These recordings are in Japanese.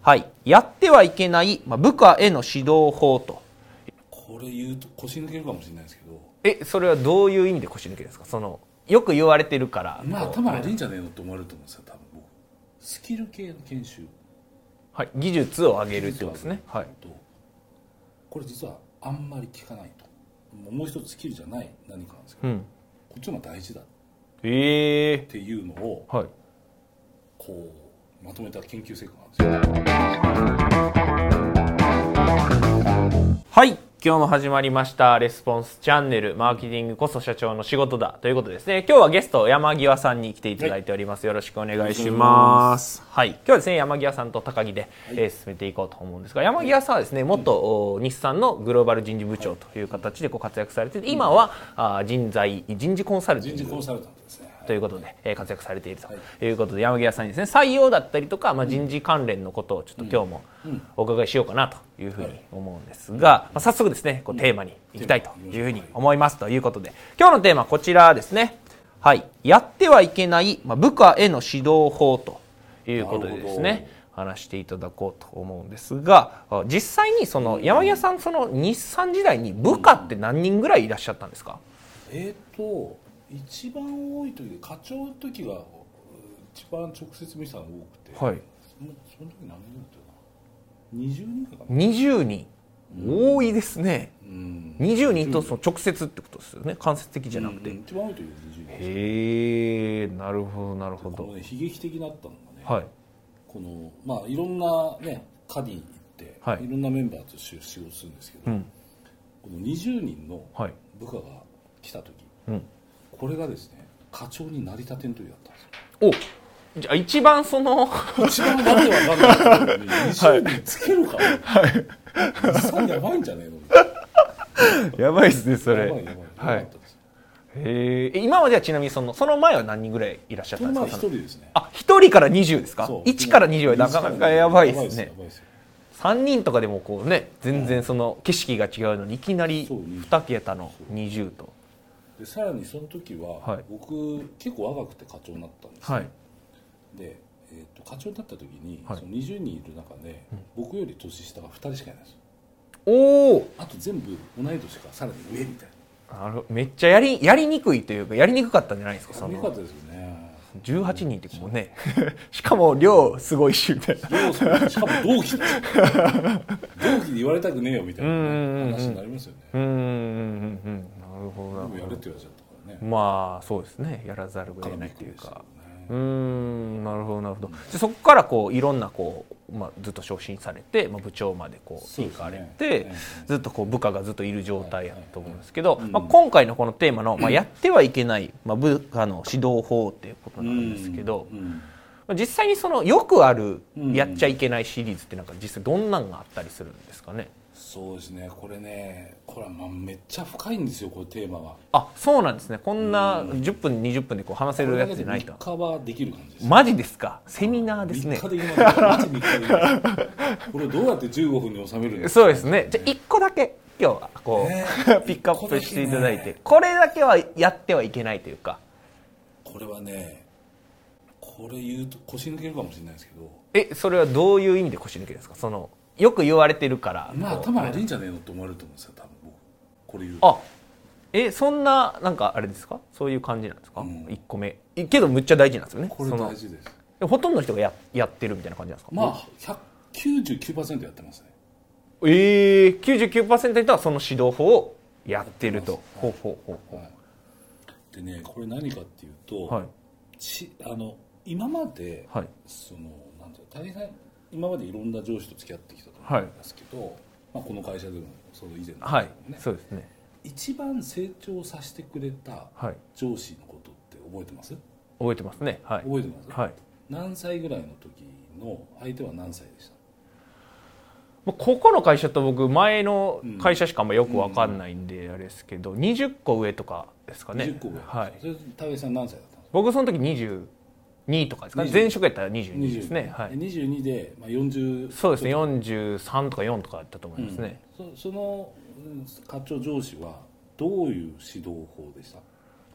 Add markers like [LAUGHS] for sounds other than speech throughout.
はい、やってはいけない、まあ、部下への指導法と。これ言うと腰抜けるかもしれないですけど。え、それはどういう意味で腰抜けですかその、よく言われてるから。まあ頭悪いんじゃねえのって思われると思うんですよ、多分僕。スキル系の研修。はい、技術を上げるってことですね。はい。これ実はあんまり聞かないと。もう一つスキルじゃない何かなんですけど、うん、こっちの方が大事だ。えー、っていうのを、はい、こうまとめた研究成果なんですよ。はい。今日も始まりました。レスポンスチャンネル、マーケティングこそ社長の仕事だ。ということですね。今日はゲスト、山際さんに来ていただいております。よろしくお願いします。はい。今日はですね、山際さんと高木で、はえ進めていこうと思うんですが、山際さんはですね、元、日産のグローバル人事部長という形でご活躍されてて、今は、あ人材、人事コンサルティング。人事コンサルタントですね。ということで、えー、活躍されているということで、山際さんにですね採用だったりとか、まあ、人事関連のことをちょっと今日もお伺いしようかなというふうに思うんですが、まあ、早速ですねこうテーマにいきたいというふうに思いますということで今日のテーマはこちらですね、はい、やってはいけない、まあ、部下への指導法ということでですね話していただこうと思うんですが実際にその山際さんその日産時代に部下って何人ぐらいいらっしゃったんですか、えーと一番多い時で課長の時が一番直接見たの多くて、はい、そのその時何20人だったかな人かな20人、うん、多いですね、うん、 20人とその直接ってことですよね間接的じゃなくて、うんうん、一番多い時は20人へえなるほどなるほど、ね、悲劇的だったのがね、はい、このまあいろんなね課に行って、はい、いろんなメンバーと仕事するんですけど、うん、この20人の部下が来た時、はい、うんこれがですね課長になりたての時だったんですおじゃあ一番その一番なってはならない20 [LAUGHS] 年つけるかはい3やばいんじゃねえの [LAUGHS] やばいですねそれやばいやばい、はい、へえ今まではちなみにそのその前は何人ぐらいいらっしゃったんですか一人ですねあ一人から20ですか1から20はなかなかやばいですね3人とかでもこうね全然その景色が違うのにいきなり2桁の20とでさらにその時は、はい、僕結構若くて課長になったんです、はい、で、えーと、と課長になった時に、はい、その20人いる中で、うん、僕より年下が2人しかいないんですよおおあと全部同い年からさらに上みたいなあるめっちゃやりやりにくいというかやりにくかったんじゃないですかやりにくかったですよね18人ってもうね [LAUGHS] しかも量すごいしみたいなしかも同期同期に言われたくねえよみたいな、ね、話になりますよねうんうんうんうんなるほどやれって言われちゃったからねまあそうですねやらざるを得ないというか、ね、うんなるほどなるほど、うん、でそこからこういろんなこう、まあ、ずっと昇進されて、まあ、部長までこう行かれて、ね、ずっとこう部下がずっといる状態やと思うんですけど、はいはい、まあ、今回のこのテーマの、まあ、やってはいけない、まあ、部下の指導法っていうことなんですけど、うんうん、実際にそのよくあるやっちゃいけないシリーズってなんか実際どんなんがあったりするんですかね、そうですねこれねこれはまあめっちゃ深いんですよこれテーマがあそうなんですねこんな10分20分でこう話せるやつじゃないと3日はできる感じです、ね、マジですかセミナーですね3日できますマジ3日できますこれどうやって15分に収めるんですか、ね、そうですねじゃあ1個だけ今日はこう、ね、ピックアップしていただいて、これだけはやってはいけないというかこれはねこれ言うと腰抜けるかもしれないですけどえそれはどういう意味で腰抜けですかそのよく言われてるからまあ頭悪いんじゃねえのと思われると思うんですよ多分僕これ言うあえそんななんかあれですかそういう感じなんですか、うん、1個目けどむっちゃ大事なんですよねこれ大事ですほとんどの人がややってるみたいな感じなんですかまあ199%やってますねええー、99%の人はその指導法をやってると、はい、ほうほうほう、はい、でねこれ何かっていうと、はい、ちあの今まで、はい、そのなんていう大変今までいろんな上司と付き合ってきたと思うんですけど、はい、まあ、この会社でもその以前のね、ねはい、そうですね一番成長させてくれた上司のことって覚えてます、覚えてますね、はい、覚えてます、はい、何歳ぐらいの時の相手は何歳でしたここの会社と僕前の会社しかあんまよく分かんないんであれですけど20個上とかですかね20個上はいそれ武井さん何歳だったんですか僕その時20 2とかですか、ね、前職やったら22ですね、はい、 22で、まあ、40そうですね43とか4とかやったと思いますね、うん、そその課長上司はどういう指導法でした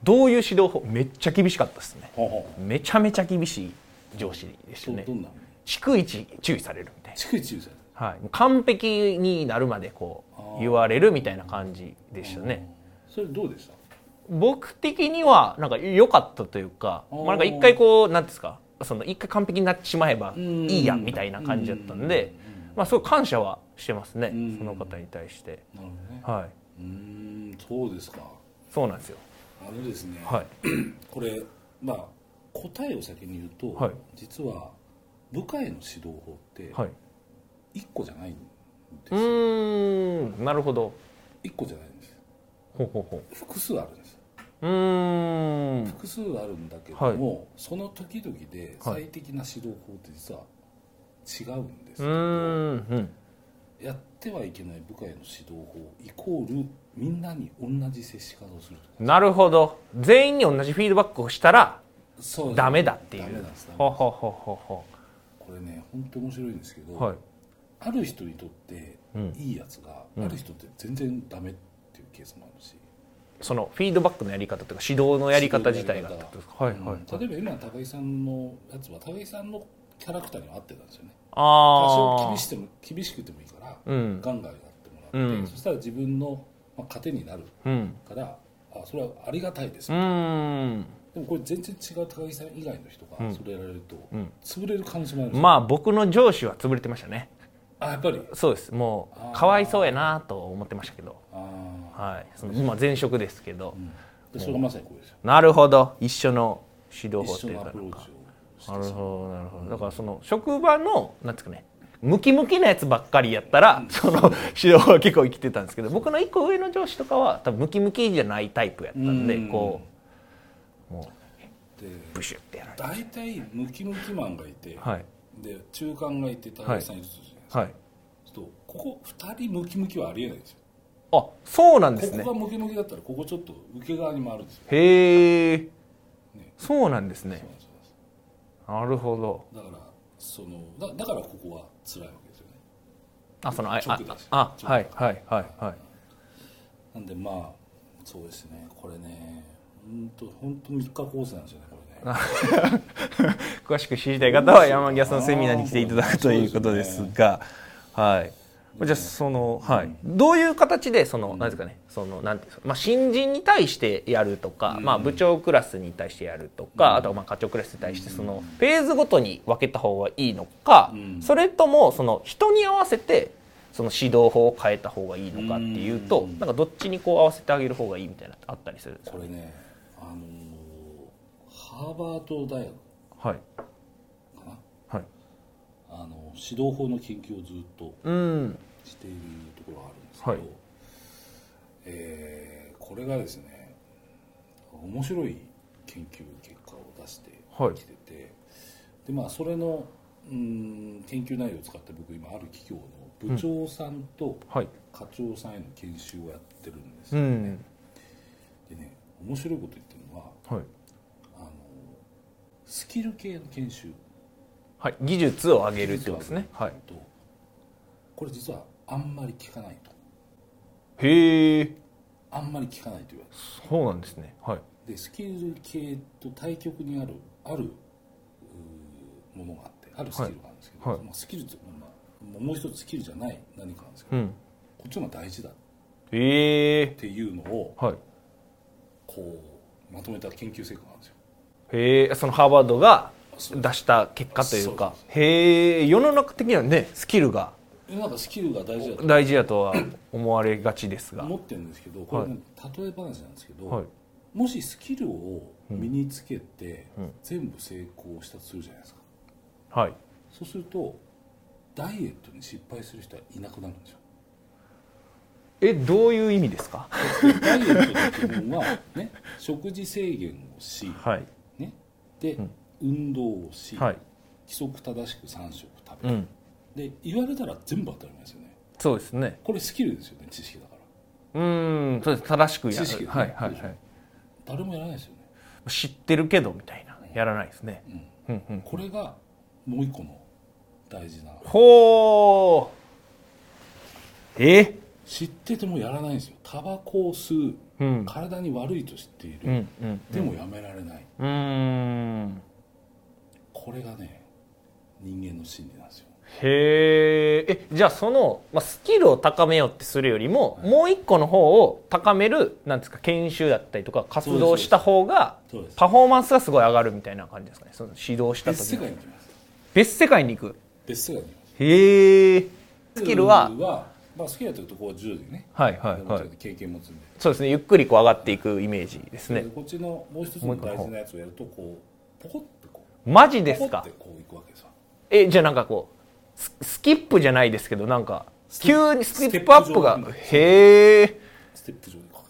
どういう指導法めっちゃ厳しかったですねめちゃめちゃ厳しい上司でしたねどんな逐一注意されるみたい逐一注意されるな、はい、完璧になるまでこう言われるみたいな感じでしたね。それどうでした僕的にはなんか良かったというか、まあ、なんか一回こうなんですかその一回完璧になってしまえばいいやみたいな感じだったんで、まあ、すごい感謝はしてますね、うんその方に対して、なるほどねはいうーんそうですかそうなんですよあのですね、はい [CLEARS THROAT] これまあ答えを先に言うと、はい実は部下への指導法ってはい1個じゃないんでうすよ、ーんなるほど1個じゃないんですよほうほうほ複数あるんですよううーん複数あるんだけども、その時々で最適な指導法って実は違うんですうーけど、んうんやってはいけない部下への指導法イコールみんなに同じ接し方をするとなるほど全員に同じフィードバックをしたらそうですダメだっていダメなんうですダメほうほうほうほうほこれね本当面白いんですけど、うはいある人にとってうんいいやつが、んある人って全然ダメっていうケースもあるし、そのフィードバックのやり方というか指導のやり方自体がってことですかはいはい、うん例えば今の高木さんのやつは高木さんのキャラクターには合ってたんですよね多少あ厳しくても厳しくてもいいから、うんガンガンやってもらって、うんそしたら自分の、まあ、糧になるあうんからあそれはありがたいです、うーんでもこれ全然違う高木さん以外の人がそれやられると、ん潰れる可能性もあるんですよ、まあ僕の上司は潰れてましたねあやっぱりそうですもあーうかわいそうやなと思ってましたけどあはいその今前職ですけど、ーでそれがまさにこれですよなるほど一緒の指導法って一緒いうのアかプロなんーかチをしてなるほどなるほどだからその職場のなんですかねムキムキなやつばっかりやったら [LAUGHS] その指導は結構生きてたんですけど僕の一個上の上司とかは多分ムキムキじゃないタイプやったんでうんこうもでうブシュってやられて大体ムキムキマンがいて、はいで中間がいて高木さんいるとするじゃないですか、はいちょっとここ2人ムキムキはありえないんですよあそうなんですねここがムキムキだったらここちょっと受け側に回るんですよへえねそうなんですねそうなんですそうなんなでするほどだからそのだだからここは辛いわけですよねあそのあ直あでですあ直ではいはいはいはいなんでまあそうですねこれね本当本当三日構成なんですよねこれね詳しく知りたい方は山際さんのセミナーに来ていただくということですが、はい。じゃあそのはい、どういう形でその、なんですかねそのなんていうんですか、まあ、新人に対してやるとか、まあ、部長クラスに対してやるとか、あとはまあ課長クラスに対してそのフェーズごとに分けた方がいいのか、うんそれともその人に合わせてその指導法を変えた方がいいのかっていうと、うんなんかどっちにこう合わせてあげる方がいいみたいなのってあったりするんですかこれねあのハーバード大学はいかなはいあの指導法の研究をずっとうんしているところがあるんですけど、はいえーこれがですね面白い研究結果を出してはいきてて、でまあそれのうん研究内容を使って僕今ある企業の部長さんとはい課長さんへの研修をやってるんですうよんでね面白いこと言ってるのははいあのスキル系の研修はい、技術を上げるってことですね。はい、とこれ実はあんまり聞かないとへえ、あんまり聞かないと言われてるそうなんですね。はい、でスキル系と対極にあるあるうーものがあってあるスキルがあるんですけど、はいはいまあ、スキルっていうのは、まあ、もう一つスキルじゃない何かなんですけど、うん、こっちの方が大事だっへえ、ていうのをはい、こうまとめた研究成果なんですよへえ、そのハーバードがそう出した結果というかそう、へえ、世の中的にはね、スキルが世の中スキルが大事だと大事だとは思われがちですが、思ってるんですけどこれ、ね例え話なんですけど、はい、もしスキルを身につけて、全部成功したとするじゃないですかはい、そうするとダイエットに失敗する人はいなくなるんですよえ、どういう意味ですか？ダイエットの基本は、ね、食事制限をし、はい、ね、で、運動をし、はい、規則正しく3食食べうる、ん、で言われたら全部当たり前ですよねそうですね。これスキルですよね知識だからうーん、そうです。正しくや知識る。ねはい、はい、そうでしはい。誰もやらないですよね、知ってるけどみたいな、やらないですね。ううん、うんん、。これがもう一個の大事なほう。え？知っててもやらないんですよタバコを吸う、うん。体に悪いと知っている、うんうんでもやめられないうん。これがね人間の心理なんですよ。へえじゃあその、まあ、スキルを高めようってするよりも、もう一個の方を高めるなんですか研修だったりとか活動した方がそうですパフォーマンスがすごい上がるみたいな感じですかねその指導した別時世の界に行きます。別世界に行く別世界に行きます。へえスキルはスキルはまあスキルやってるとこは10でね、はいはいはいやると経験持つんで。そうですねゆっくりこう上がっていくイメージですねでこっちのもう一つの大事なやつをやるとこうポコってこうマジでポすコっかてこういくわけさえじゃあなんかこうススキップじゃないですけどなんかステップ急にステップアップがステップ上へえステップ上でこ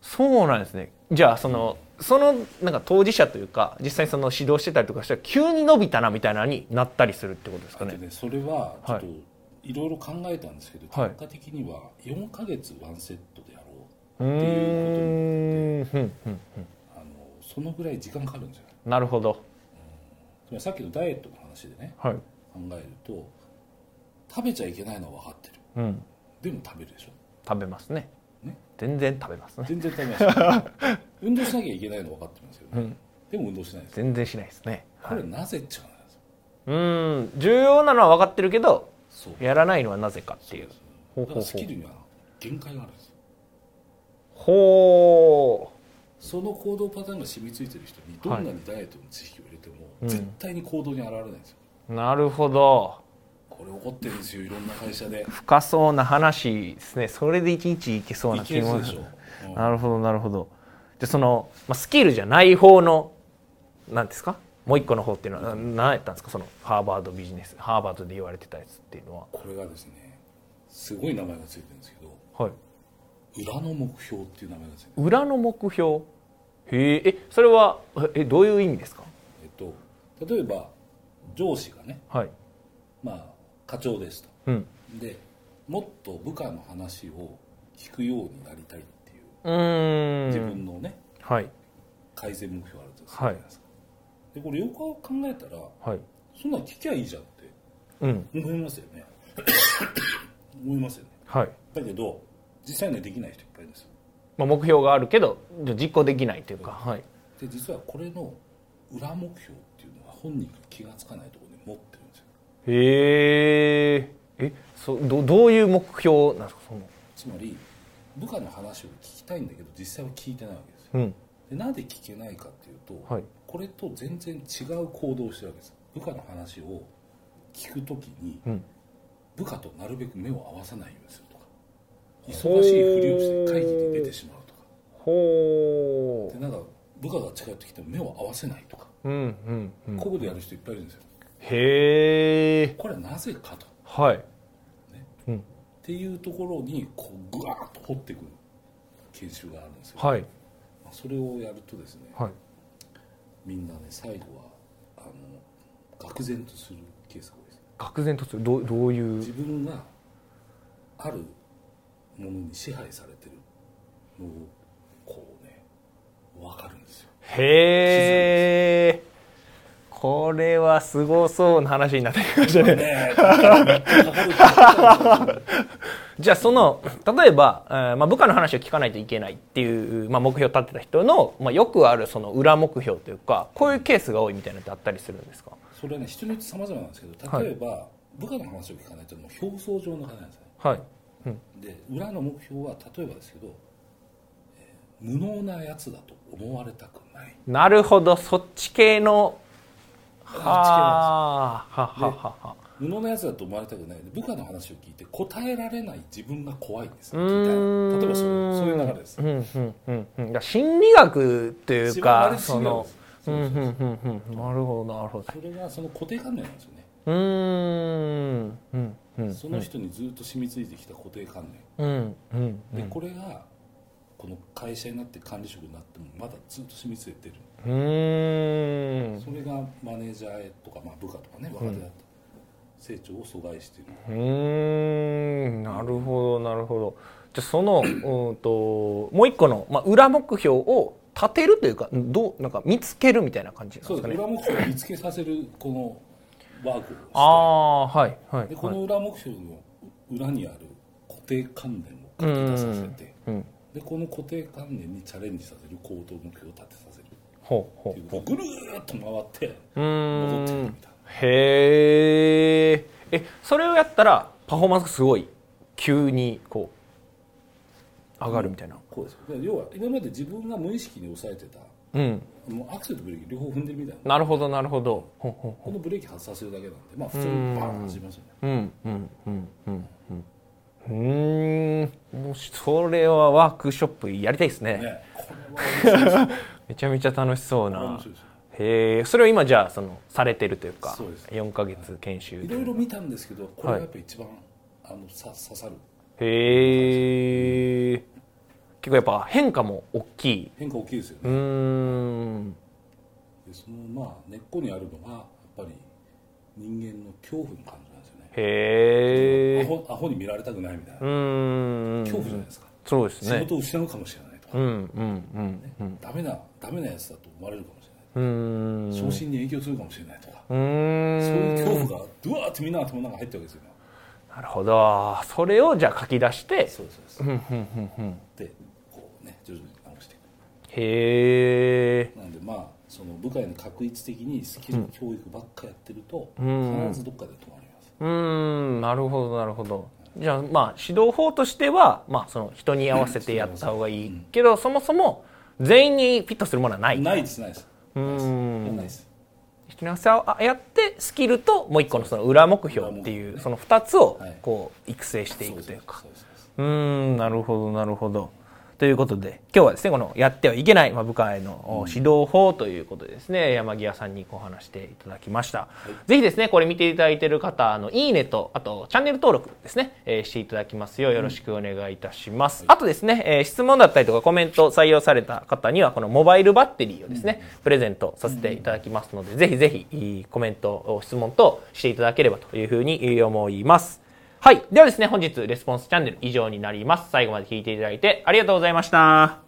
そうなんですねじゃあその、そのなんか当事者というか実際にその指導してたりとかしたら急に伸びたなみたいなのになったりするってことですかうでねねそれはちょっとはいろいろ考えたんですけどはい結果的には4ヶ月ワンセットでやろううーっていうことにんふんふんあのそのぐらい時間かかるんじゃないなるほどつまりさっきのダイエットの話でねはい、考えると食べちゃいけないのは分かってるうん、でも食べるでしょ食べますねね全然食べますね全然食べないですよ運動しなきゃいけないの分かってますよね、でも運動しないです全然しないですね、はこい、れなぜっちゃうなんですようーん重要なのは分かってるけどそうやらないのはなぜかっていうほうだかほうらスほキうルには限界があるんですよほその行動パターンが染みついてる人にどんなにダイエットの知識を入れても、絶対に行動に現れないんですようなるほどこれ起こってるんですよいろんな会社で深そうな話ですねそれで一日いけそういなけ気るもでしょ、うんなるほどなるほどじゃあその、まあ、スキルじゃない方のなんですかもう一個の方っていうのはな何やったんですかそのハーバードビジネスハーバードで言われてたやつっていうのはこれがですねすごい名前がついてるんですはいけど裏の目標っていう名前がついてる裏の目標へええそれはえどういう意味ですかえっと例えば上司がねはいまあ課長ですとうんでもっと部下の話を聞くようになりたいっていううーん自分のね、はい改善目標あるとするじゃはいないですか、でこれよく考えたらはいそんなん聞きゃいいじゃんってうん思いますよね思いますよねはい、だけど実際にはできない人いっぱいいるんですよまあ、目標があるけどじゃあ実行できないというかはいで実はこれの裏目標っていうのは本人が気がつかないところに持ってるんですよへええそどどういう目標なんですかそのつまり部下の話を聞きたいんだけど実際は聞いてないわけですようんでなんで聞けないかっていうと、はいこれと全然違う行動をしてるわけですよ部下の話を聞くときにうん部下となるべく目を合わさないようにするとか忙しいふりをして会議に出てしまうとかほでなんか部下が近寄ってきても目を合わせないとか、ううんうんうんこういうことやる人いっぱいいるんですよへえこれはなぜかとっはいねうんていうところにこうグワーッと掘っていく研修があるんですよ、はいまあそれをやるとですねはいみんなね最後はあの愕然とするケースが多いです愕然とするどうどうい自う分があるものに支配されてるのをこうね分かるんですよへえこれはすごそうな話になってきましたねねえかかる [LAUGHS] じゃあその例えば、えーまあ、部下の話を聞かないといけないっていう、まあ、目標を立てた人の、まあ、よくあるその裏目標というかこういうケースが多いみたいなのってあったりするんですかそれはね人によって様々なんですけど例えば、部下の話を聞かないともう表層上の話なんですねはい、うん、で裏の目標は例えばですけど、えー無能なやつだと思われたくないなるほどそっち系のそっち系なんですよはあはははは無能なやつだと思われたくないで部下の話を聞いて答えられない自分が怖いんですよ聞いたうーんら例えばそういうそういう流れですうんうんうんうんいや心理学という一番あかれそ心理学のですうんうんうんうんなるほどなるほどそれがその固定観念なんですよね、うーんうんうんその人にずっと染みついてきた固定観念、うんうんでこれがこの会社になって管理職になってもまだずっと染みついてる、うーんそれがマネージャーとか、まあ、部下とかね若手だと成長を阻害している、うーんなるほどなるほどじゃあそのうんともう一個の、まあ、裏目標を立てるというかどうなんか見つけるみたいな感じなんでそうすでかすね裏目標を見つけさせるこのワークをしてああはいはいでこはいの裏目標の裏にある固定観念をかけ出させてうんでこの固定観念にチャレンジさせる行動目標を立てさせるほうほっていううこうぐるーっと回ってうーん戻ってくるみたいなへーえそれをやったらパフォーマンスがすごい急にこう上がるみたいな、こうですで要は今まで自分が無意識に抑えてたうん、もうアクセルとブレーキ両方踏んでるみたいななるほどなるほどほんほんこのブレーキ外させるだけなんでまあ普通にバーン走りますよねうんうんうんうんうんうーんもしそれはワークショップやりたいですねねこめちゃめちゃ楽しそうれは面な白いですよへえそれを今じゃあそのされてるというかそうです4か月研修いでろいろ見たんですけどこれがやっぱ一番、あのさ刺さるへえ結構やっぱ変化も大きい変化大きいですようね、ーんでそのまあ根っこにあるのがやっぱり人間の恐怖の感じなんですよねへアえホアホに見られたくないみたいな、うー恐怖じゃんないですか、そうです仕ね事を失うかもしれないとか、うんうんうんダメなダメなやつだと思われるかもしれない、うんうーん昇進に影響するかもしれないとか、うーんそういう恐怖がドワーってみんなの頭の中に入ってるわけですよなるほどそれをじゃあ書き出してそうですふんふんふんふんでこうね徐々に直していくへえなんでまあその部下への確一的にスキル教育ばっかやってると、ん必ずどっかで止まります、うーんなるほどなるほどじゃあまあ指導法としては、まあ、その人に合わせてやった方がいいけど、そもそも全員にフィットするものはないないですないですうーんないです人に合わせをあやってスキルともう一個のその裏目標っていうその2つをはいこう育成していくというかそうですそうですうーんなるほどなるほど。ということで今日はですねこのやってはいけない、まあ、部下へのお指導法ということでですね、山際さんにお話していただきました、ぜひですねこれ見ていただいている方あのいいねとあとチャンネル登録ですね、えーしていただきますようよろしくお願いいたします、あとですね、えー質問だったりとかコメント採用された方にはこのモバイルバッテリーをですね、プレゼントさせていただきますので、ぜひぜひいいコメントお質問としていただければというふうに思いますはい。ではですね、本日、レスポンスチャンネル以上になります。最後まで聞いていただいてありがとうございました。